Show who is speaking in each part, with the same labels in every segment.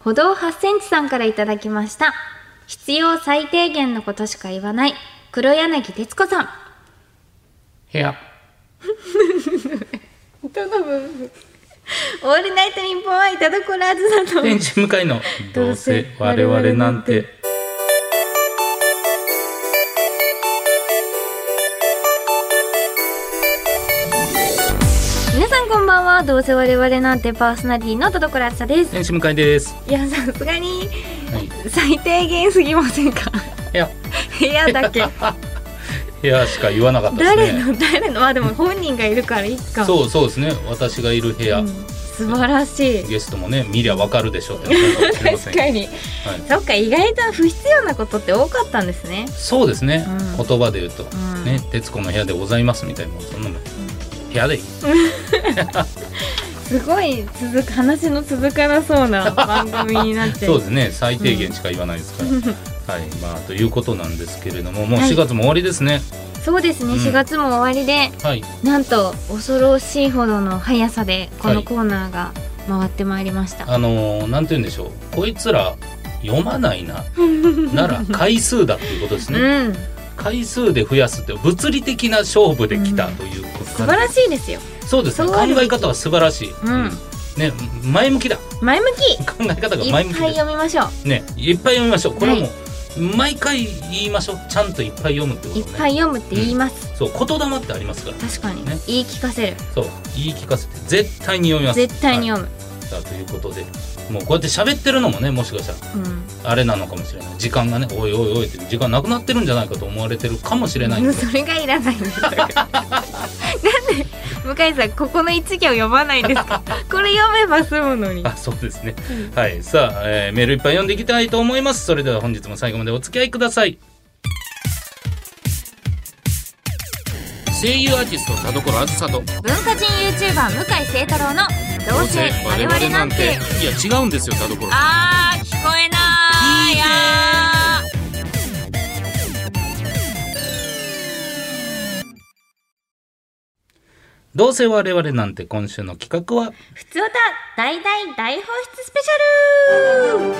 Speaker 1: 歩道8センチさんからいただきました。必要最低限のことしか言わない、黒柳徹子さん。
Speaker 2: 部屋
Speaker 1: どの部分オールナイトニッポンはいただこらずさと。
Speaker 2: 天使向かいのどうせ我々なんて
Speaker 1: 皆さんこんばんは。どうせ我々なんてパーソナリティの田所あずさです。
Speaker 2: 天使向かいです、
Speaker 1: いや、さすがに
Speaker 2: はい、
Speaker 1: 最低限すぎません か
Speaker 2: 部屋
Speaker 1: 部屋だけ。
Speaker 2: 部屋しか言わなかったで
Speaker 1: 誰
Speaker 2: すね
Speaker 1: の誰のまあでも本人がいるからいっか
Speaker 2: そうそうですね私がいる部屋、
Speaker 1: ん素晴らしい
Speaker 2: ゲストもね見りゃわかるでしょうって話かもしれません
Speaker 1: 確かに
Speaker 2: はい、
Speaker 1: そっか意外と不必要なことって多かったんですね
Speaker 2: そうですね、
Speaker 1: うん
Speaker 2: 言葉で言うと、
Speaker 1: ん
Speaker 2: ね「徹子の部屋でございます」みたいなもんそんなもん部屋でいい
Speaker 1: すごい続く話の続かなそうな番組になって
Speaker 2: そうですね最低限しか言わないですから、はいまあということなんですけれどももう4月も終わりですね
Speaker 1: そうですね
Speaker 2: うん
Speaker 1: 4月も終わりで、
Speaker 2: はい、
Speaker 1: なんと恐ろしいほどの速さでこ
Speaker 2: は
Speaker 1: の
Speaker 2: い
Speaker 1: コーナーが回ってまいりました、
Speaker 2: あのーなんて言うんでしょうこいつら読まな いななら回数だっていうことですね、
Speaker 1: うん
Speaker 2: 回数で増やすって物理的な勝負できたということ
Speaker 1: 素晴らしいですよ
Speaker 2: そうですね
Speaker 1: そ
Speaker 2: 考
Speaker 1: うあるべ
Speaker 2: え
Speaker 1: き
Speaker 2: 方は素晴らしい、
Speaker 1: うん
Speaker 2: ね前向きだ
Speaker 1: 前向き
Speaker 2: 考え方が
Speaker 1: いっ
Speaker 2: 前向き
Speaker 1: ぱい
Speaker 2: です
Speaker 1: 読みましょう
Speaker 2: ねいっぱい読みましょうこれはもう毎回言いましょうちゃんといっぱい読むってこと
Speaker 1: い
Speaker 2: ね
Speaker 1: っぱい読むって言います、
Speaker 2: そう言霊ってありますから
Speaker 1: 確かに、
Speaker 2: ね
Speaker 1: 言い聞かせる
Speaker 2: そう言い聞かせて絶対に読みます
Speaker 1: 絶対に
Speaker 2: は
Speaker 1: 読む、
Speaker 2: いさあということでもうこうやって喋ってるのもねもしかしたら
Speaker 1: うん
Speaker 2: あれなのかもしれない時間がねおいおいおいって時間なくなってるんじゃないかと思われてるかもしれないん で
Speaker 1: それがいらないんですよ なんで向井さんここの一行読まないんですか これ読めば済むのに
Speaker 2: あそうですね、はいさあ、えーメールいっぱい読んでいきたいと思いますそれでは本日も最後までお付き合いください声優アーティスト田所あずさと
Speaker 1: 文化人 YouTuber 向井聖太郎の「どうせ我々なんて
Speaker 2: いや違うんですよ田所」
Speaker 1: あー聞こえなーいあー
Speaker 2: どうせ我々なんて今週の企画は
Speaker 1: ふつおた大大大放出スペシャル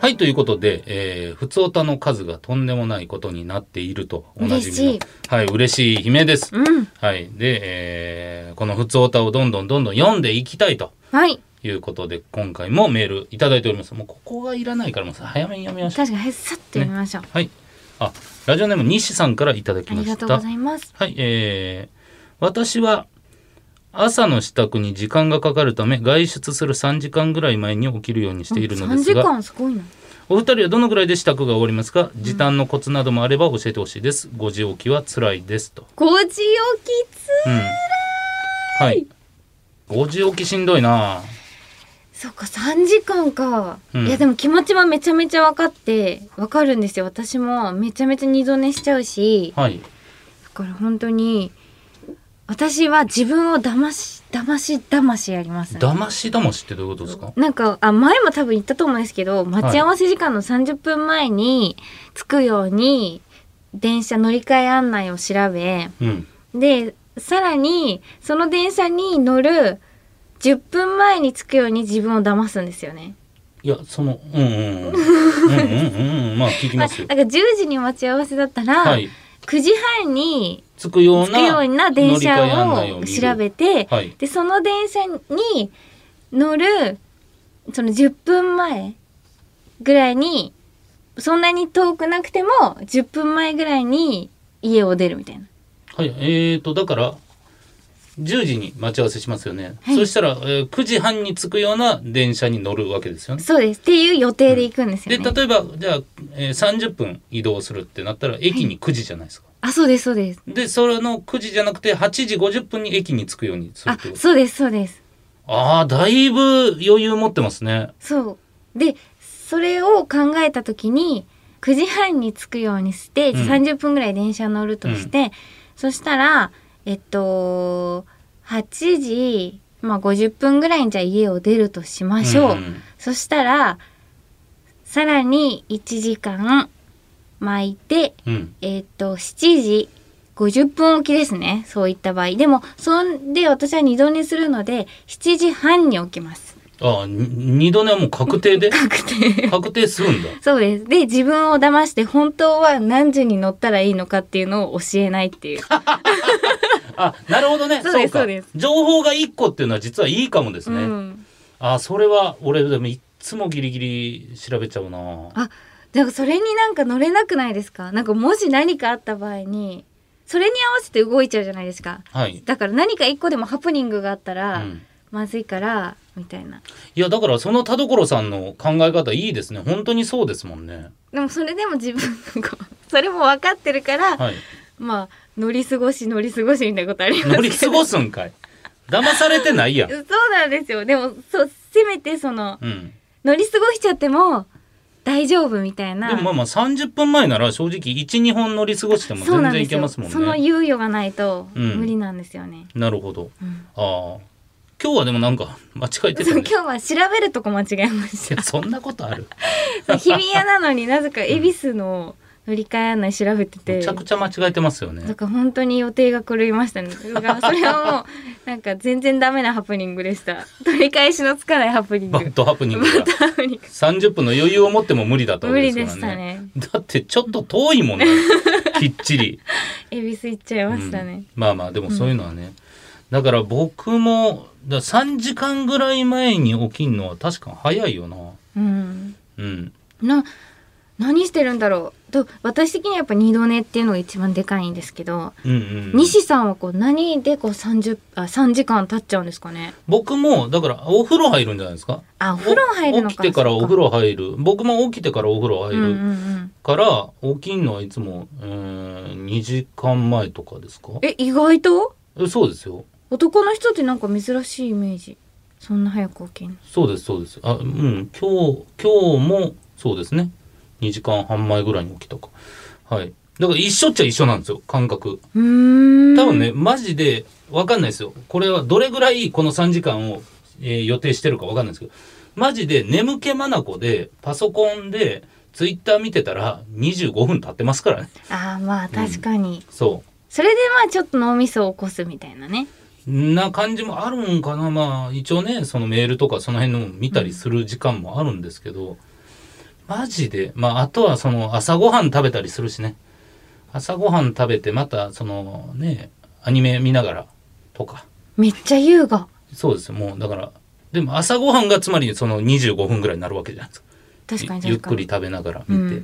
Speaker 2: はいということで、えー、普通歌の数がとんでもないことになっているとおなじ
Speaker 1: 嬉し
Speaker 2: みの
Speaker 1: い
Speaker 2: はい嬉しい悲鳴です、
Speaker 1: うん
Speaker 2: はいで、えー、この普通歌をどんどんどんどん読んでいきたいと
Speaker 1: はい
Speaker 2: いうことで今回もメールいただいておりますもうここがいらないからもう早めに読みましょう
Speaker 1: 確かにさっと読みましょう、
Speaker 2: はいあラジオネーム西さんからいただき
Speaker 1: あ
Speaker 2: ま
Speaker 1: り
Speaker 2: し
Speaker 1: が
Speaker 2: た
Speaker 1: とうございます
Speaker 2: はい、えー、私は朝の支度に時間がかかるため外出する3時間ぐらい前に起きるようにしているので
Speaker 1: 3
Speaker 2: す
Speaker 1: 時
Speaker 2: が
Speaker 1: 間すごいな
Speaker 2: お二人はどのぐらいで支度が終わりますか時短のコツなどもあれば教えてほしいですご時起きは辛いですと、
Speaker 1: 5時起きつ
Speaker 2: うん、はい5時起きしんどいな
Speaker 1: そっか3時間か、
Speaker 2: うん
Speaker 1: いやでも気持ちはめちゃめちゃ分かって分かるんですよ私もめちゃめちゃ二度寝しちゃうし
Speaker 2: はい
Speaker 1: だから本当に私は自分を騙し騙し騙しやりますね
Speaker 2: だましだましってどういうことですか
Speaker 1: なんかあ前も多分言ったと思うんですけど待ち合わせ時間の30分前に着くように電車乗り換え案内を調べ
Speaker 2: うん
Speaker 1: でさらにその電車に乗る10分前に着くように自分を騙すんですよね。
Speaker 2: いやそのうんうんうんうんうんうんまあ聞き
Speaker 1: ま
Speaker 2: ま
Speaker 1: あ、
Speaker 2: す
Speaker 1: だ
Speaker 2: よ
Speaker 1: から10時に待ち合わせだったら、
Speaker 2: はい
Speaker 1: 9時半に
Speaker 2: 着くよう
Speaker 1: 着
Speaker 2: な
Speaker 1: くような電
Speaker 2: 乗り換え案
Speaker 1: 車
Speaker 2: 内
Speaker 1: を
Speaker 2: 見る
Speaker 1: 調べて、
Speaker 2: はい
Speaker 1: でその電車に乗るその10分前ぐらいにそんなに遠くなくても10分前ぐらいに家を出るみたいな。
Speaker 2: はい、えーと、だから、10時に待ち合わせしますよね。
Speaker 1: はい
Speaker 2: そしたら、えー9時半に着くような電車に乗るわけですよね。
Speaker 1: そうですっていう予定で行くんです
Speaker 2: で、
Speaker 1: よね。
Speaker 2: 例えば、じゃあ、えー30分移動するってなったら、駅に9時じゃないですか。
Speaker 1: あそうですそうです。
Speaker 2: で、それの9時じゃなくて、8時50分に駅に着くようにするっ
Speaker 1: あ
Speaker 2: てこと。
Speaker 1: そうですそうです。
Speaker 2: ああー、だいぶ余裕持ってますね。
Speaker 1: そうでそれを考えた時に9時半に着くようにして、
Speaker 2: うん
Speaker 1: 30分ぐらい電車乗るとして、そしたらえっと8時、まあ、50分ぐらいにじゃあ家を出るとしましょう、
Speaker 2: ん
Speaker 1: そしたらさらに1時間巻いて
Speaker 2: うん。
Speaker 1: えっと7時50分起きですねそういった場合でもそんで私は二度寝するので7時半に起きます
Speaker 2: ああ二度寝はもう確 定で
Speaker 1: 確定。
Speaker 2: 確定するんだ
Speaker 1: そうです。で、自分を騙して本当は何時に乗ったらいいのかっていうのを教えないっていう。
Speaker 2: あなるほどね
Speaker 1: そうです
Speaker 2: か
Speaker 1: そうです
Speaker 2: 情報が一個っていうのは実はいいかもです
Speaker 1: う
Speaker 2: ね、
Speaker 1: ん。
Speaker 2: あそれは俺でもいっつもギリギリ調べちゃうな
Speaker 1: あ、でもそれになんか乗れなくないですかなんかもし何かあった場合に、それに合わせて動いちゃうじゃないですか。
Speaker 2: はい、
Speaker 1: だから何か一個でもハプニングがあった
Speaker 2: う
Speaker 1: ら、
Speaker 2: ん、
Speaker 1: まずいから、みたいな。
Speaker 2: いやだからその田所さんの考え方いいですね本当にそうですもんね
Speaker 1: でもそれでも自分が それも分かってるから、
Speaker 2: はい
Speaker 1: まあ乗り過ごし乗り過ごしみたいなことありますけど
Speaker 2: 乗り過ごす んかい騙されてないやん
Speaker 1: そうなんですよでもそうせめてその
Speaker 2: うん
Speaker 1: 乗り過ごしちゃっても大丈夫みたいな
Speaker 2: でもまあまあ30分前なら正直12本乗り過ごしても
Speaker 1: そう
Speaker 2: 全
Speaker 1: なん
Speaker 2: 然
Speaker 1: で
Speaker 2: い
Speaker 1: す
Speaker 2: け
Speaker 1: よ
Speaker 2: ますもんね
Speaker 1: その猶予がないと
Speaker 2: うん
Speaker 1: 無理なんですよね、
Speaker 2: なるほど
Speaker 1: うん
Speaker 2: ああ今日はでもなんか間違えてた
Speaker 1: そう
Speaker 2: ね
Speaker 1: 今日は調べるとこ間違えまし
Speaker 2: いやそんなこと ある
Speaker 1: た日比谷なのになぜか恵比寿の乗り換え案内調べてて
Speaker 2: めちゃくちゃ間違えてますよね
Speaker 1: だから本当に予定が狂いましたね。だからそれはもうなんか全然ダメなハプニングで した。取り返しのつかないハプニング。
Speaker 2: バッドハプニングが
Speaker 1: バッドハプニング
Speaker 2: 30分の余裕を持っても無理だったわ
Speaker 1: 無
Speaker 2: けで
Speaker 1: 理
Speaker 2: すか
Speaker 1: でし
Speaker 2: ら
Speaker 1: たね。
Speaker 2: だってちょっと遠いもん ねきっちり、
Speaker 1: 恵比寿行っちゃいうま
Speaker 2: ん
Speaker 1: したね。
Speaker 2: まあまあでもそういうのはね、だから僕もだ3時間ぐらい前に起きんのは確かに早いよな
Speaker 1: うん。
Speaker 2: うん
Speaker 1: な何してるんだろう。と私的にはやっぱ二度寝っていうのが一番でかいんですけど、
Speaker 2: うんうん
Speaker 1: 西さんはこう何でこう三十あ三時間経っちゃうんですかね。
Speaker 2: 僕もだからお風呂入るんじゃないですか
Speaker 1: あお風呂入るのか。
Speaker 2: 起きてからお風
Speaker 1: 呂
Speaker 2: 呂入る僕も起きてからお風呂入
Speaker 1: うんうんう
Speaker 2: る
Speaker 1: ん。
Speaker 2: から、起きんのはいつも、えー、2時間前とかですか
Speaker 1: え意外と
Speaker 2: えそうですよ
Speaker 1: 男の人ってなんか珍しいイメージ。そんな早く起きんの。
Speaker 2: そうですそうですあうん今日今日もそうですね2時間半前ぐらいに起きたかはいだから一緒っちゃ一緒なんですよ感覚
Speaker 1: うーん
Speaker 2: 多分ね、マジで分かんないですよこれはどれぐらいこの3時間を、えー予定してるか分かんないですけどマジで眠気まなこでパソコンでツイッター見てたら25分経ってますからね
Speaker 1: ああまあ確かに、
Speaker 2: そう
Speaker 1: それでまあちょっと脳みそを起こすみたいなね
Speaker 2: な感じもあるんかなまあ一応ねそのメールとかその辺のも見たりする時間もあるんですけど、マジでまああとはその朝ごはん食べたりするしね朝ごはん食べてまたそのねアニメ見ながらとか
Speaker 1: めっちゃ優雅
Speaker 2: そうですよもうだからでも朝ごはんがつまりその25分ぐらいになるわけじゃないですか
Speaker 1: 確かに確かに
Speaker 2: ゆゆっくり食べながら見て、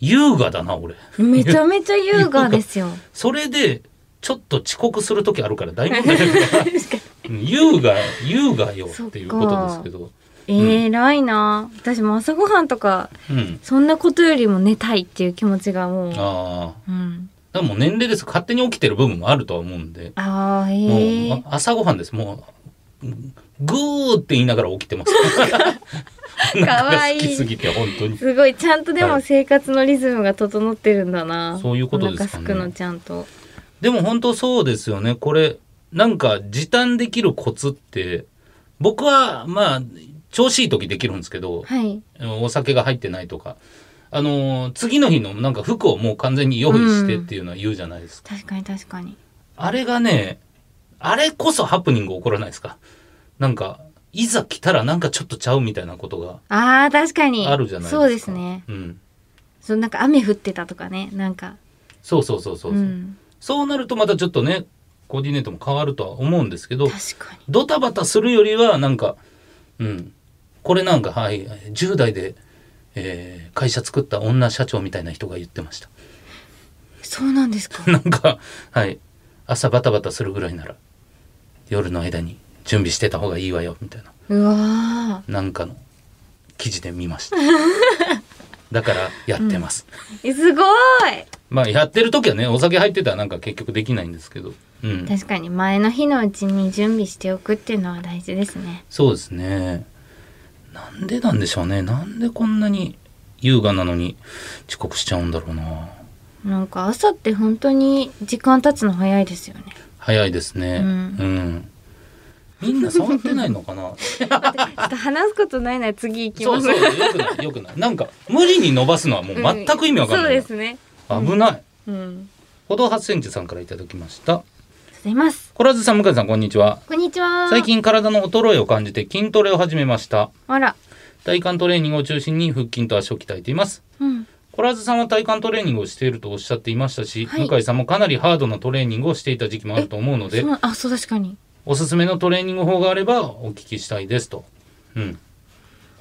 Speaker 2: 優雅だな俺
Speaker 1: うん、めちゃめちゃ優雅です よ
Speaker 2: それでちょっと遅刻する時あるから大問題だか ら
Speaker 1: 確か
Speaker 2: うん優雅優雅よっていうことですけど、
Speaker 1: にえらいな私も朝ごはんとか
Speaker 2: うん、
Speaker 1: そんなことよりも寝たいっていう気持ちがもう
Speaker 2: ああ
Speaker 1: うん、
Speaker 2: でもう年齢です勝手に起きてる部分もあるとは思うんで、
Speaker 1: あー
Speaker 2: もう
Speaker 1: へえ
Speaker 2: あ朝ごはんですもうグーって言いながら起きてます なん
Speaker 1: かわいい
Speaker 2: 好きすぎて本当に
Speaker 1: すごいちゃんとで
Speaker 2: は
Speaker 1: も
Speaker 2: い
Speaker 1: 生活のリズムが整ってるんだな、
Speaker 2: そういうことですかね
Speaker 1: お腹すくのちゃんと
Speaker 2: でも本当そうですよねこれなんか時短できるコツって僕はまあ調子いい時できるんですけど、
Speaker 1: はい
Speaker 2: お酒が入ってないとかあのー次の日のなんか服をもう完全に用意してっていうのは言うじゃないですか
Speaker 1: 確かに確かに
Speaker 2: あれがね、あれこそハプニング起こらないですか。なんか、いざ来たらなんかちょっとちゃうみたいなことが
Speaker 1: あー確かに
Speaker 2: あるじゃないですか。
Speaker 1: そうですね
Speaker 2: うん。
Speaker 1: そうなんか雨降ってたとかねなんか
Speaker 2: そうそうそうそうそう。
Speaker 1: ん、
Speaker 2: そうなるとまたちょっとね、コーディネートも変わるとは思うんですけど、
Speaker 1: 確かに
Speaker 2: ドタバタするよりはなんか、うん。これなんか、はい、10代で、えー会社作った女社長みたいな人が言ってました。
Speaker 1: そうなんですか
Speaker 2: なんか、はい。朝バタバタするぐらいなら、夜の間に準備してた方がいいわよ、みたいな。
Speaker 1: うわ
Speaker 2: なんかの記事で見ました。だからやってます。
Speaker 1: ーえすごい
Speaker 2: まあやってる時はね、お酒入ってたらなんか結局できないんですけど。うん。
Speaker 1: 確かに前の日のうちに準備しておくっていうのは大事ですね
Speaker 2: そうですね。なんでなんでしょうね。なんでこんなに優雅なのに遅刻しちゃうんだろうな。
Speaker 1: なんか朝って本当に時間経つの早いですよね
Speaker 2: 早いですね。う
Speaker 1: うんん。
Speaker 2: みんな触ってないの かな
Speaker 1: ちょっと話すことないなら次行き
Speaker 2: そ
Speaker 1: ま
Speaker 2: う
Speaker 1: す
Speaker 2: そう。よくない。よくない。なんか無理に伸ばすのはもう全く意味わかんない。
Speaker 1: うんそうですね
Speaker 2: 危ない。
Speaker 1: うん
Speaker 2: 歩道8センチさんからいただきました。
Speaker 1: 素ざいます。
Speaker 2: コラズさん向井さんこんにちは
Speaker 1: こんにちは。
Speaker 2: 最。近体の衰えを感じて筋トレを始めました
Speaker 1: あら。
Speaker 2: 体幹トレーニングを中心に腹筋と足を鍛えています
Speaker 1: うん。
Speaker 2: コラズさんは体幹トレーニングをしているとおっしゃっていましたし、
Speaker 1: はい
Speaker 2: 向井さんもかなりハードなトレーニングをしていた時期もあると思うので
Speaker 1: そのあ、そう確かに。
Speaker 2: おすすめのトレーニング法があればお聞きしたいですと、うん、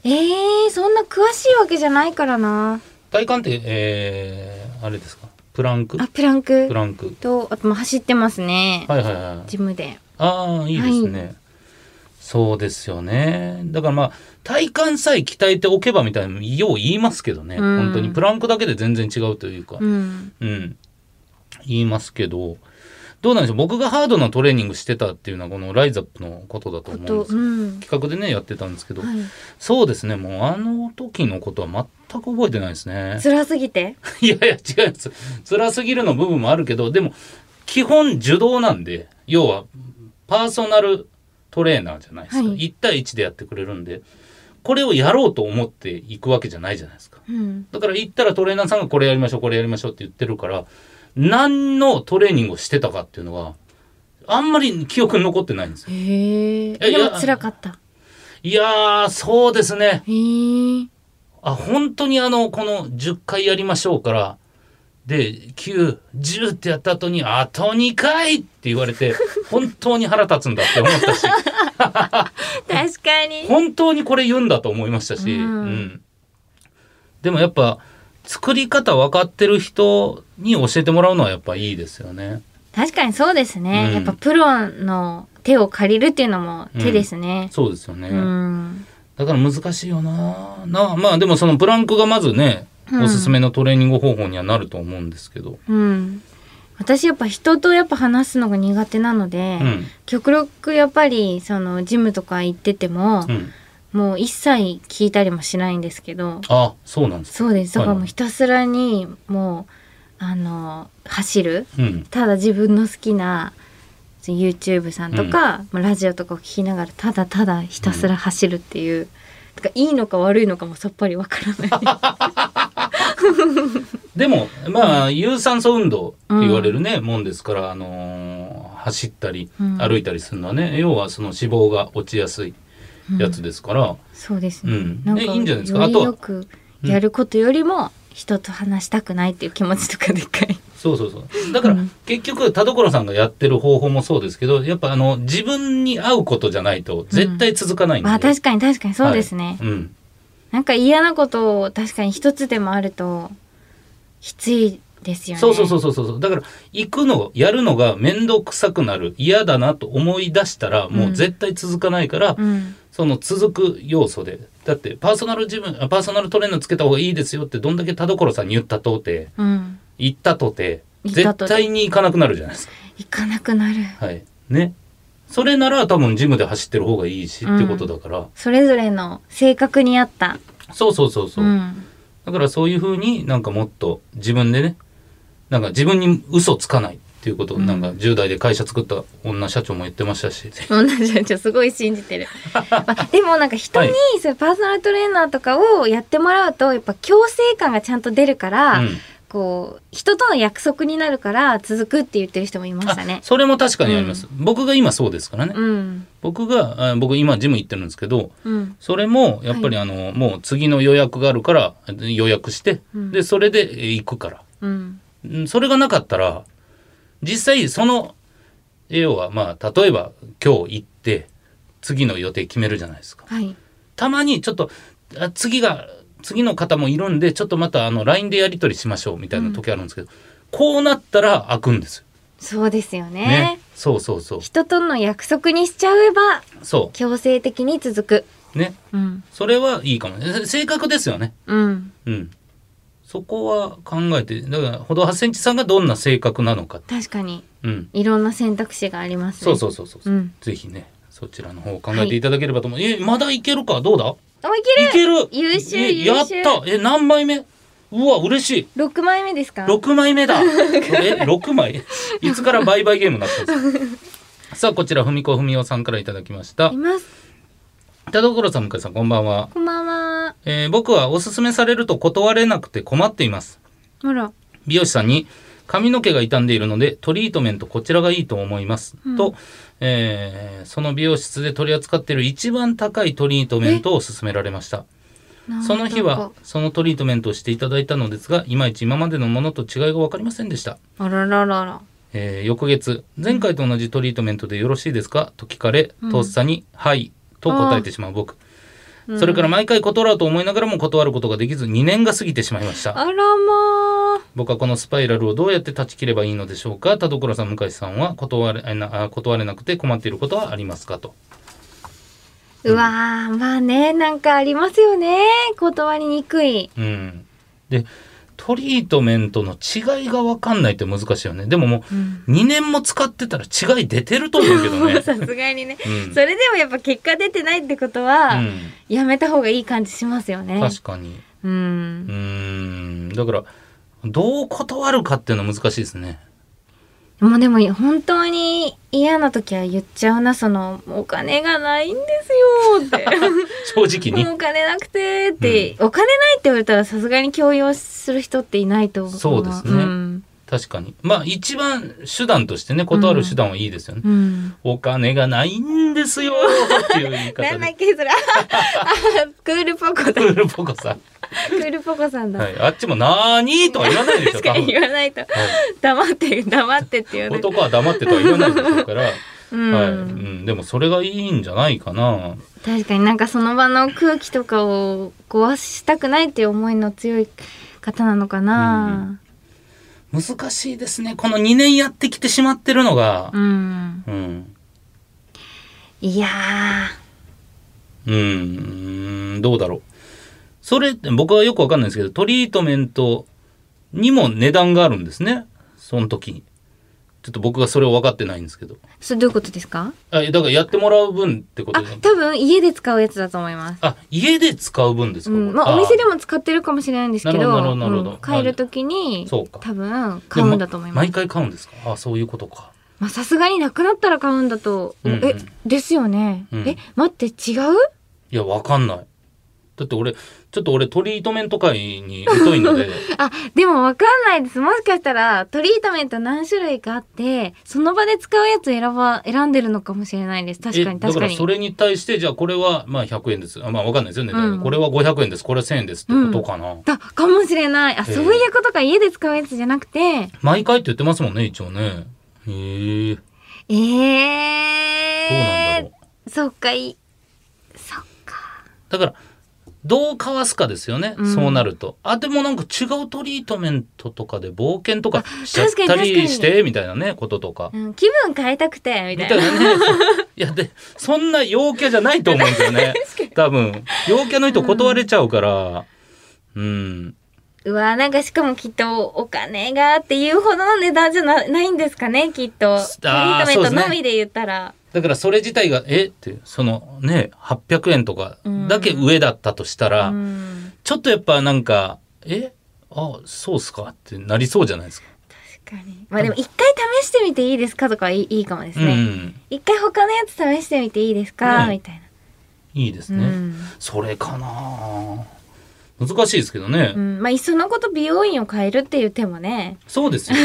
Speaker 1: えー、そんな詳しいわけじゃないからな。
Speaker 2: 体幹って、えー、あれですかプランク
Speaker 1: あ、プランク
Speaker 2: プランク
Speaker 1: と、あと、まあ、走ってますね。
Speaker 2: はいはいはい
Speaker 1: ジムで。
Speaker 2: ああいいですね、そうですよねだからまあ体幹さえ鍛えておけばみたいなのよう言いますけどね、
Speaker 1: うん
Speaker 2: 本当にプランクだけで全然違うというか
Speaker 1: うん。
Speaker 2: うん、言いますけどどうなんでしょう僕がハードなトレーニングしてたっていうのはこのライザップのことだ
Speaker 1: こ
Speaker 2: と思うん
Speaker 1: と、
Speaker 2: です
Speaker 1: うん。
Speaker 2: 企画でねやってたんですけど、
Speaker 1: は
Speaker 2: そうですねもうあの時のことは全く覚えてないですね
Speaker 1: い。辛すぎて。
Speaker 2: いやいや違います辛すぎるの部分もあるけどでも基本受動なんで要はパーソナルトレーナーじゃないですか、
Speaker 1: はい
Speaker 2: 1対1でやってくれるんでこれをやろうと思っていくわけじゃないじゃないですか
Speaker 1: うん。
Speaker 2: だから行ったらトレーナーさんがこれやりましょうこれやりましょうって言ってるから何のトレーニングをしてたかっていうのはあんまり記憶に残ってないんですよ
Speaker 1: へえ。
Speaker 2: い
Speaker 1: で
Speaker 2: や
Speaker 1: も辛かった。
Speaker 2: いやーそうですね
Speaker 1: へえ。
Speaker 2: あ本当にあのこの10回やりましょうからで910ってやった後に「あと2回!」って言われて 本当に腹立つんだって思ったし
Speaker 1: 確かに。
Speaker 2: 本当にこれ言うんだと思いましたし、う
Speaker 1: うんん
Speaker 2: でもやっぱ作り方分かってる人に教えてもらうのはやっぱいいですよね。
Speaker 1: 確かにそうですね。
Speaker 2: うん
Speaker 1: やっぱプロの手を借りるっていうのも手ですね。
Speaker 2: そうですよね、
Speaker 1: うん。
Speaker 2: だから難しいよななあまあでもそのプランクがまずね
Speaker 1: うん
Speaker 2: おすすめのトレーニング方法にはなると思うんですけど、
Speaker 1: うん。私やっぱ人とやっぱ話すのが苦手なので、
Speaker 2: うん
Speaker 1: 極力やっぱりそのジムとか行ってても
Speaker 2: う、ん、
Speaker 1: もう一切聞いたりもしないんですけど、
Speaker 2: あそうなんですか
Speaker 1: そうです。だからも
Speaker 2: は
Speaker 1: う
Speaker 2: い
Speaker 1: ひたすらにもうあの走る。
Speaker 2: うん
Speaker 1: ただ自分の好きな YouTube さんとか、まあラジオとかを聞きながらただただひたすら走るっていう、だからいいのか悪いのかもさっぱりわからない
Speaker 2: でもまあ有酸素運動って言われるね、もんですから、あのー走ったり
Speaker 1: うん
Speaker 2: 歩いたりするのはね、要はその脂肪が落ちやすいやつですから、
Speaker 1: そうです
Speaker 2: うん
Speaker 1: ね、なんか
Speaker 2: ねいいんじゃないですか
Speaker 1: よ
Speaker 2: あ
Speaker 1: り
Speaker 2: と
Speaker 1: よ
Speaker 2: は
Speaker 1: くやることよりも人と話したくないっていう気持ちとかでっかい、
Speaker 2: そうそうそうだから
Speaker 1: うん
Speaker 2: 結局田所さんがやってる方法もそうですけどやっぱあの自分に合うことじゃないと絶対続かないんで、
Speaker 1: まあ確かに確かにそうですね、
Speaker 2: はいうん
Speaker 1: なんか嫌なことを確かに一つでもあるときついですよね
Speaker 2: そうそうそううそうそうだから行くのやるのが面倒くさくなる嫌だなと思い出したらもう絶対続かないから、
Speaker 1: うん
Speaker 2: その続く要素でだってパーソナルジムあパーソナルトレーナーつけた方がいいですよってどんだけ田所さんに言ったとて
Speaker 1: うん
Speaker 2: 言ったとて
Speaker 1: 言ったと
Speaker 2: 絶
Speaker 1: て
Speaker 2: 対に行かなくなるじゃないですか。
Speaker 1: 行かなくなる
Speaker 2: はいね、それなら多分ジムで走ってる方がいいし、
Speaker 1: うん
Speaker 2: ってことだから
Speaker 1: それぞれの性格に合った
Speaker 2: そうそうそうそう、
Speaker 1: ん、
Speaker 2: だからそういうふうになんかもっと自分でねなんか自分に嘘つかないっていうことを
Speaker 1: うん
Speaker 2: なんか10代で会社作った女社長も言ってましたし、
Speaker 1: 同じじゃんちょすごい信じてる、 まあ、でもなんか人に
Speaker 2: は
Speaker 1: そういうパーソナルトレーナーとかをやってもらうとやっぱ強制感がちゃんと出るから、
Speaker 2: うん
Speaker 1: こう人との約束になるから続くって言ってる人もいましたね
Speaker 2: あそれも確かにあります、僕が今そうですからね、
Speaker 1: うん
Speaker 2: 僕があ僕今ジム行ってるんですけど
Speaker 1: うん
Speaker 2: それもやっぱり
Speaker 1: は
Speaker 2: あの、もう次の予約があるから予約して、
Speaker 1: うん
Speaker 2: でそれでえ行くから
Speaker 1: うん
Speaker 2: うんそれがなかったら実際その要はまあ例えば今日行って次の予定決めるじゃないですか
Speaker 1: はい
Speaker 2: たまにちょっとあ次が次の方もいるんでちょっとまたあの LINE でやり取りしましょうみたいな時あるんですけど、こうなったら開くんですよ
Speaker 1: そうですよね
Speaker 2: ね、そうそうそう
Speaker 1: 人との約束にしちゃえば
Speaker 2: そ
Speaker 1: 強制的に続く
Speaker 2: うね
Speaker 1: うん
Speaker 2: それはいいかもね性格ですよね
Speaker 1: うん
Speaker 2: うん、そこは考えてだから歩道8センチさんがどんな性格なのか、
Speaker 1: 確かに
Speaker 2: うん、
Speaker 1: いろんな選択肢がありますね
Speaker 2: そうそうそうそう、
Speaker 1: うん
Speaker 2: ぜひねそちらの方を考えていただければと思う、えまだいけるかどうだ
Speaker 1: 思い切る
Speaker 2: いける
Speaker 1: 優秀
Speaker 2: え
Speaker 1: 優秀
Speaker 2: やったえ何枚目うわ嬉しい
Speaker 1: 6枚目ですか
Speaker 2: 6枚目だえ6枚いつからバイバイゲームになったんですかさあこちら文子文夫さんからいただきました
Speaker 1: います
Speaker 2: 田所さん向井さんこんばんは、
Speaker 1: こんばんは
Speaker 2: えー僕はおすすめされると断れなくて困っています
Speaker 1: ほら
Speaker 2: 美容師さんに髪の毛が傷んでいるのでトリートメントこちらがいいと思います、
Speaker 1: うん
Speaker 2: と、えーその美容室で取り扱っている一番高いトリートメントを勧められました
Speaker 1: なんだか
Speaker 2: その日はそのトリートメントをしていただいたのですがいまいち今までのものと違いが分かりませんでした
Speaker 1: あらららら
Speaker 2: えー翌月前回と同じトリートメントでよろしいですかと聞かれ
Speaker 1: うん
Speaker 2: とっさに「はい」と答えてしまう僕、
Speaker 1: うん
Speaker 2: それから毎回断ろうと思いながらも断ることができず2年が過ぎてしまいました
Speaker 1: あらまあ
Speaker 2: 僕はこのスパイラルをどうやって断ち切ればいいのでしょうか田所さん向井さんは断れあなあ断れなくて困っていることはありますかと
Speaker 1: うわーまあねなんかありますよね断りにくい
Speaker 2: うんでトリートメントの違いが分かんないって難しいよねでももう2年も使ってたら違い出てると思 うけど
Speaker 1: もう
Speaker 2: ね
Speaker 1: さすがにね
Speaker 2: うん
Speaker 1: それでもやっぱ結果出てないってことは、
Speaker 2: う
Speaker 1: やめた方がいい感じしますよね
Speaker 2: ん、確かに
Speaker 1: う
Speaker 2: うんーんだからどう断るかっていうのは難しいですね。
Speaker 1: もうでも本当に嫌な時は言っちゃうなそのお金がないんですよ って
Speaker 2: 正直
Speaker 1: もう
Speaker 2: に。
Speaker 1: お金なくてって、お金ないって言われたらさすがに強要する人っていないと思う
Speaker 2: そうですね
Speaker 1: ん
Speaker 2: 確かに。まあ一番手段としてね、断る手段はいいですよね。
Speaker 1: うん
Speaker 2: お金がないんですよっていう言い
Speaker 1: な
Speaker 2: 方
Speaker 1: んだっ
Speaker 2: で。
Speaker 1: けそれああクールポコ だ
Speaker 2: ク
Speaker 1: ク
Speaker 2: ールポコさ
Speaker 1: ールポコさん
Speaker 2: ん。
Speaker 1: だ、
Speaker 2: はい。あっちもなーにーとは言わないでし
Speaker 1: 確
Speaker 2: ょ、多
Speaker 1: かに
Speaker 2: 分。
Speaker 1: 言わないと
Speaker 2: は
Speaker 1: 黙って黙ってって言
Speaker 2: い
Speaker 1: わないと、
Speaker 2: 男は黙ってとは言わないでしょうから、はい
Speaker 1: うん
Speaker 2: うん、でもそれがいいんじゃないかな
Speaker 1: 確かになんかその場の空気とかを壊したくないっていう思いの強い方なのかな
Speaker 2: 難しいですねこの2年やってきてしまってるのが
Speaker 1: うん、
Speaker 2: うん
Speaker 1: いや
Speaker 2: うーん、どうだろう。それって僕はよくわかんないんですけど、トリートメントにも値段があるんですね。その時に。ちょっと僕がそれを分かってないんですけど。
Speaker 1: ーそれどういうことですか
Speaker 2: あ、だからやってもらう分ってこと
Speaker 1: あ
Speaker 2: で
Speaker 1: 多分家で使うやつだと思います
Speaker 2: あ、家で使う分です
Speaker 1: う
Speaker 2: か、
Speaker 1: ん、まあお店で
Speaker 2: も
Speaker 1: も使ってるかもしれないんですけど
Speaker 2: なるほどなるほど
Speaker 1: うん帰る時に
Speaker 2: そうか
Speaker 1: 多分買うんだと思います
Speaker 2: 毎回買うんですかあ、そういうことか。
Speaker 1: まあさすがになくなったら買うんだと、
Speaker 2: うんうん
Speaker 1: えですよね、
Speaker 2: うん
Speaker 1: え待って違う
Speaker 2: いや、わかんない。だって俺、ちょっと俺トリートメント界に疎いので、
Speaker 1: あでもわかんないですもしかしたらトリートメント何種類かあってその場で使うやつ選ば選んでるのかもしれないです 確か
Speaker 2: え
Speaker 1: に
Speaker 2: だ
Speaker 1: 確
Speaker 2: か
Speaker 1: からに
Speaker 2: それに対してじゃあこれはまあ100円ですあまあわかんないですよね、
Speaker 1: うん
Speaker 2: これは500円ですこれは1000円ですってことかな、
Speaker 1: だかもしれないあ、
Speaker 2: ええ
Speaker 1: そういうことか家で使うやつじゃなくて
Speaker 2: 毎回って言ってますもんね一応ねへえど
Speaker 1: え
Speaker 2: うなんだ
Speaker 1: え
Speaker 2: ろう、
Speaker 1: そっかいいそっか
Speaker 2: だからどうかわすかですよね、
Speaker 1: うん
Speaker 2: そうなるとあでもなんか違うトリートメントとかで冒険とかしちゃっ
Speaker 1: 確かに
Speaker 2: た
Speaker 1: 確か
Speaker 2: り
Speaker 1: に
Speaker 2: してみたいなねこととか
Speaker 1: うん、気分変えたくてみ
Speaker 2: み
Speaker 1: たい
Speaker 2: た
Speaker 1: ない
Speaker 2: な ねいやでそんな陽キャじゃないと思うんですよ ね多分陽キャの人断れちゃうからうん
Speaker 1: うわなんかしかもきっとお金がっていうほどの値段じゃなないんですかねきっと
Speaker 2: ー
Speaker 1: トリートメ
Speaker 2: そう
Speaker 1: ント
Speaker 2: ですね
Speaker 1: のみで言ったら、
Speaker 2: だからそれ自体がえっていうそのね800円とかだけ上だったとしたら、
Speaker 1: うん
Speaker 2: ちょっとやっぱなんかえあそうっすかってなりそうじゃないですか。
Speaker 1: 確かにまあでも一回試してみていいですかとかはいいいいかもです
Speaker 2: うんう
Speaker 1: ね
Speaker 2: ん、
Speaker 1: 一、回他のやつ試してみていいですか、
Speaker 2: ね
Speaker 1: みたい
Speaker 2: いいです
Speaker 1: な、
Speaker 2: ね。
Speaker 1: うん
Speaker 2: それかな難しいですけどね、
Speaker 1: うんまあいっそのこと美容院を変えるっていう手もね
Speaker 2: そうです よ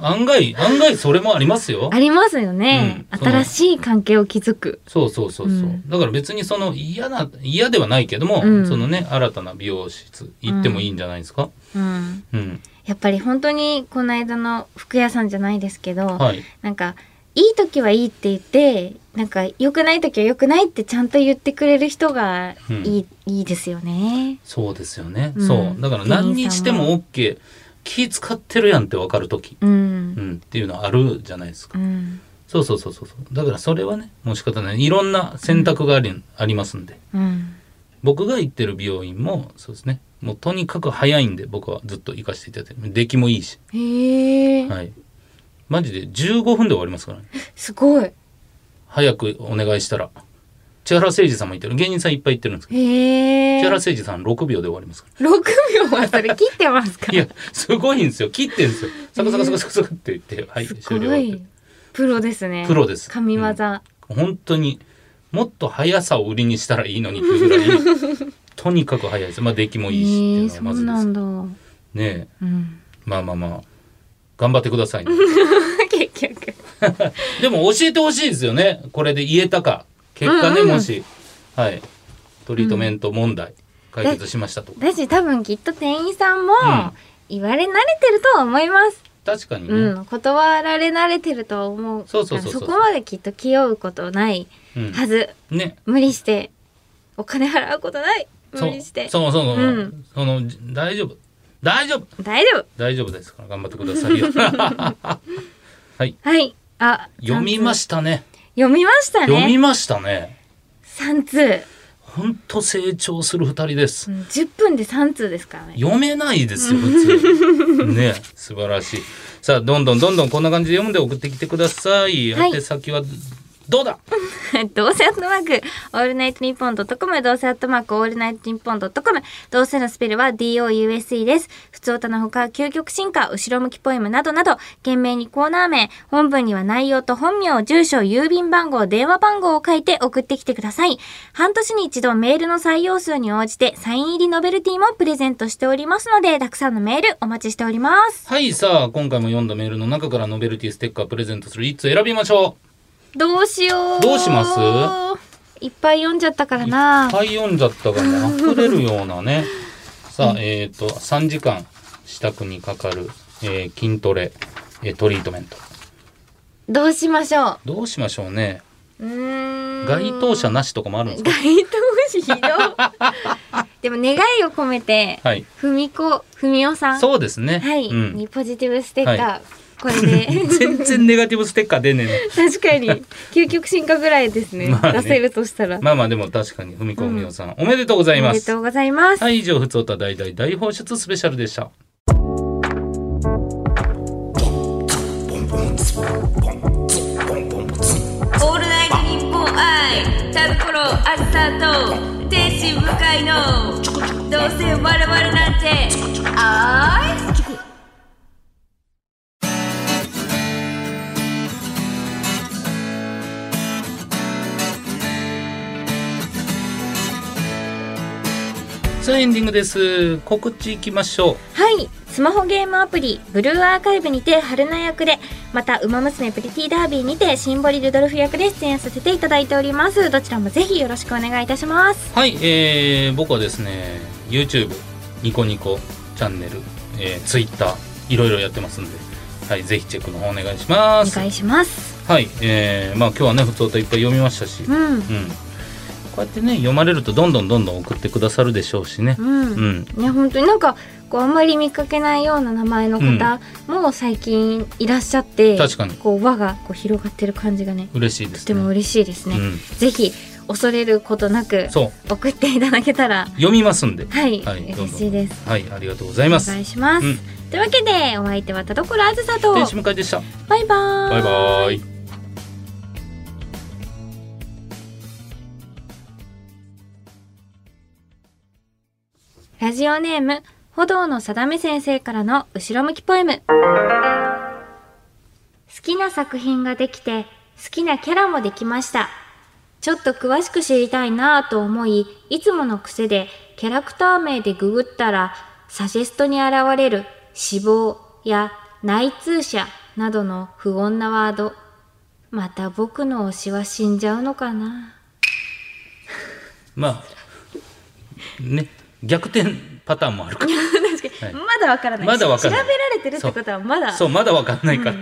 Speaker 2: 案外案外それもありますよ
Speaker 1: ありますよね、
Speaker 2: うん
Speaker 1: 新しい関係を築く
Speaker 2: そうそうそうそう、
Speaker 1: うん
Speaker 2: だから別にその嫌な嫌ではないけども、
Speaker 1: うん
Speaker 2: そのね新たな美容室行ってもいいんじゃないですか、
Speaker 1: うん
Speaker 2: うん
Speaker 1: やっぱり本当にこの間の服屋さんじゃないですけど、
Speaker 2: はい
Speaker 1: なんかいい時はいいって言ってなんか良くない時は良くないってちゃんと言ってくれる人がいい,、いいですよね。
Speaker 2: そうですよね、
Speaker 1: うん
Speaker 2: そうだから何にしても OK 気使ってるやんって分かる時、
Speaker 1: う、
Speaker 2: うんん、っていうのあるじゃないですか
Speaker 1: うん、
Speaker 2: そうそうそうそうそうだからそれはねもう仕方ないいろんな選択があり,、ありますんで
Speaker 1: うん、
Speaker 2: 僕が行ってる美容院もそうですねもうとにかく早いんで僕はずっと行かせていただいて出来もいいし、
Speaker 1: へえ、
Speaker 2: はい、マジで15分で終わりますからね
Speaker 1: すごい。
Speaker 2: 早くお願いしたら千原誠二さんも行ってる芸人さんいっぱい行ってるんですけど
Speaker 1: へえ。
Speaker 2: 千原
Speaker 1: 六
Speaker 2: 誠二さん6秒で終わりますから
Speaker 1: 秒はそれ切ってますか。
Speaker 2: いや、すごいんですよ。切ってんですよ。サクサクサクサクサクって言って、はい、
Speaker 1: す
Speaker 2: 終
Speaker 1: ご
Speaker 2: 了って
Speaker 1: い。。プロですね。
Speaker 2: プロです
Speaker 1: 神業。
Speaker 2: 本当に、もっと速さを売りにしたらいいのにっていうぐらい、 とにかく速いです。まあ、出来もいいし
Speaker 1: へえ
Speaker 2: っていう
Speaker 1: そ
Speaker 2: の
Speaker 1: う
Speaker 2: はまずで
Speaker 1: な
Speaker 2: す。
Speaker 1: ん
Speaker 2: ね
Speaker 1: だ。う
Speaker 2: え、
Speaker 1: ん。
Speaker 2: まあまあまあ、頑張ってく ださいね、
Speaker 1: 結局
Speaker 2: でも教えてほしいですよねこれで言えたか結果ね、
Speaker 1: うんうん
Speaker 2: もしはいトリートメント問題解決しましたと、
Speaker 1: だし多分きっと店員さんも
Speaker 2: ん
Speaker 1: 言われ慣れてるとは思います、
Speaker 2: 確かにね、
Speaker 1: うん断られ慣れてるとは思う
Speaker 2: そうそうそうそう
Speaker 1: からこまできっと気負うことない
Speaker 2: うん
Speaker 1: はず、
Speaker 2: ね
Speaker 1: 無理してお金払うことない無
Speaker 2: そう
Speaker 1: 理して
Speaker 2: そうそうそう、
Speaker 1: うん
Speaker 2: そのじ大丈夫大丈夫
Speaker 1: 大丈夫
Speaker 2: 大丈夫ですから頑張ってください よ
Speaker 1: はいあ
Speaker 2: 読みま
Speaker 1: し
Speaker 2: したね
Speaker 1: 読みました
Speaker 2: 読み
Speaker 1: ね
Speaker 2: ましたね
Speaker 1: 三通、
Speaker 2: ほんと成長する二人です、
Speaker 1: うん、10分で三通ですからね
Speaker 2: 読めないですよ普 通ね素晴らしいさあどんどんどんどんこんな感じで読んで送ってきてください、
Speaker 1: はい
Speaker 2: 宛先はどうだ
Speaker 1: どうせアットマーク、オールナイトニッポンドットコム、どうせアットマーク、オールナイトニッポンドットコム、どうせのスペルは DOUSE です。普通歌のほか、究極進化、後ろ向きポエムなどなど、懸命にコーナー名、本文には内容と本名、住所、郵便番号、電話番号を書いて送ってきてください。半年に一度メールの採用数に応じて、サイン入りノベルティもプレゼントしておりますので、たくさんのメールお待ちしております。
Speaker 2: はいさあ今回も読んだメールの中からノベルティステッカープレゼントする1通選びましょ
Speaker 1: どうしよう。
Speaker 2: どうします
Speaker 1: いっぱい読んじゃったか
Speaker 2: う
Speaker 1: ら
Speaker 2: いっ
Speaker 1: な。
Speaker 2: ぱい読んじゃった から溢れるようなねさあえっ、と3時間支度にかかる、えー筋トレ、えートリートメント
Speaker 1: どうしましょう。
Speaker 2: どうしましょうね
Speaker 1: うーん
Speaker 2: 該当者なしとかもあるんですか
Speaker 1: 該当者ひ どいでも願いを込めて、
Speaker 2: はい
Speaker 1: ふみこふみおさん
Speaker 2: そうですね
Speaker 1: はい、
Speaker 2: うん
Speaker 1: にポジティブステッカー、
Speaker 2: は
Speaker 1: これ で
Speaker 2: 全然ネガティブステッカー出ねえ
Speaker 1: 確かに究極進化ぐらいですね,、
Speaker 2: まあね
Speaker 1: 出せるとしたら、
Speaker 2: な。まあまあでも確かに、ふみこふみおさん、おめでとうござい
Speaker 1: お
Speaker 2: ま
Speaker 1: めでと
Speaker 2: す。
Speaker 1: うございます、
Speaker 2: はい、以上、ふつおた大大大放出スペシャルでした。
Speaker 1: オールナイトニッポン愛チャルコロアスターと天使向かいのどうせ我々なんてあい
Speaker 2: さあ、エンディングです。告知いきましょう。
Speaker 1: はいスマホゲームアプリブルーアーカイブにて春菜役でまた「ウマ娘プリティダービー」にてシンボリルドルフ役で出演させていただいておりますどちらもぜひよろしくお願いいたします
Speaker 2: はい、えー、僕はですね、YouTube、ニコニコチャンネル、えー、Twitter、いろいろやってますんで、はい、ぜひチェックの方お願いしま
Speaker 1: お
Speaker 2: す。
Speaker 1: 願いします
Speaker 2: はい、えー、まあ今日はね、ふつおたいっぱい読みましたし、
Speaker 1: う
Speaker 2: う。
Speaker 1: んん
Speaker 2: こうやってね、読まれるとどんどんどんどん送ってくださるでしょうしね。
Speaker 1: うん、
Speaker 2: うん。
Speaker 1: いや本当になんかこうあんまり見かけないような名前の方も最近いらっしゃって、
Speaker 2: 確かに
Speaker 1: こう輪がこう広がってる感じがね
Speaker 2: 嬉しいで
Speaker 1: と
Speaker 2: す
Speaker 1: て
Speaker 2: ね。
Speaker 1: も嬉しいですね、
Speaker 2: うん
Speaker 1: ぜひ恐れることなく
Speaker 2: そう、
Speaker 1: 送っていただけたら
Speaker 2: 読みますんで。
Speaker 1: はい、
Speaker 2: はいどうぞ
Speaker 1: 嬉しいです
Speaker 2: はい、ありがとうござい
Speaker 1: お
Speaker 2: ます。
Speaker 1: 願いします、
Speaker 2: うん
Speaker 1: というわけでお相手は田所あずさと
Speaker 2: 天使迎えでした。
Speaker 1: バイバーイ
Speaker 2: バイバイ。
Speaker 1: ラジオネーム歩道の定め先生からの後ろ向きポエム好きな作品ができて好きなキャラもできましたちょっと詳しく知りたいなぁと思いいつもの癖でキャラクター名でググったらサジェストに現れる死亡や内通者などの不穏なワードまた僕の推しは死んじゃうのかな
Speaker 2: まあ。ね、逆転パターンもあるから。かに
Speaker 1: まだわから
Speaker 2: ないまだわからない調べら
Speaker 1: れて
Speaker 2: るってこと
Speaker 1: はまだ
Speaker 2: そう、まだわかんないから。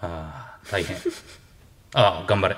Speaker 2: ああ、大変。ああ、頑張れ。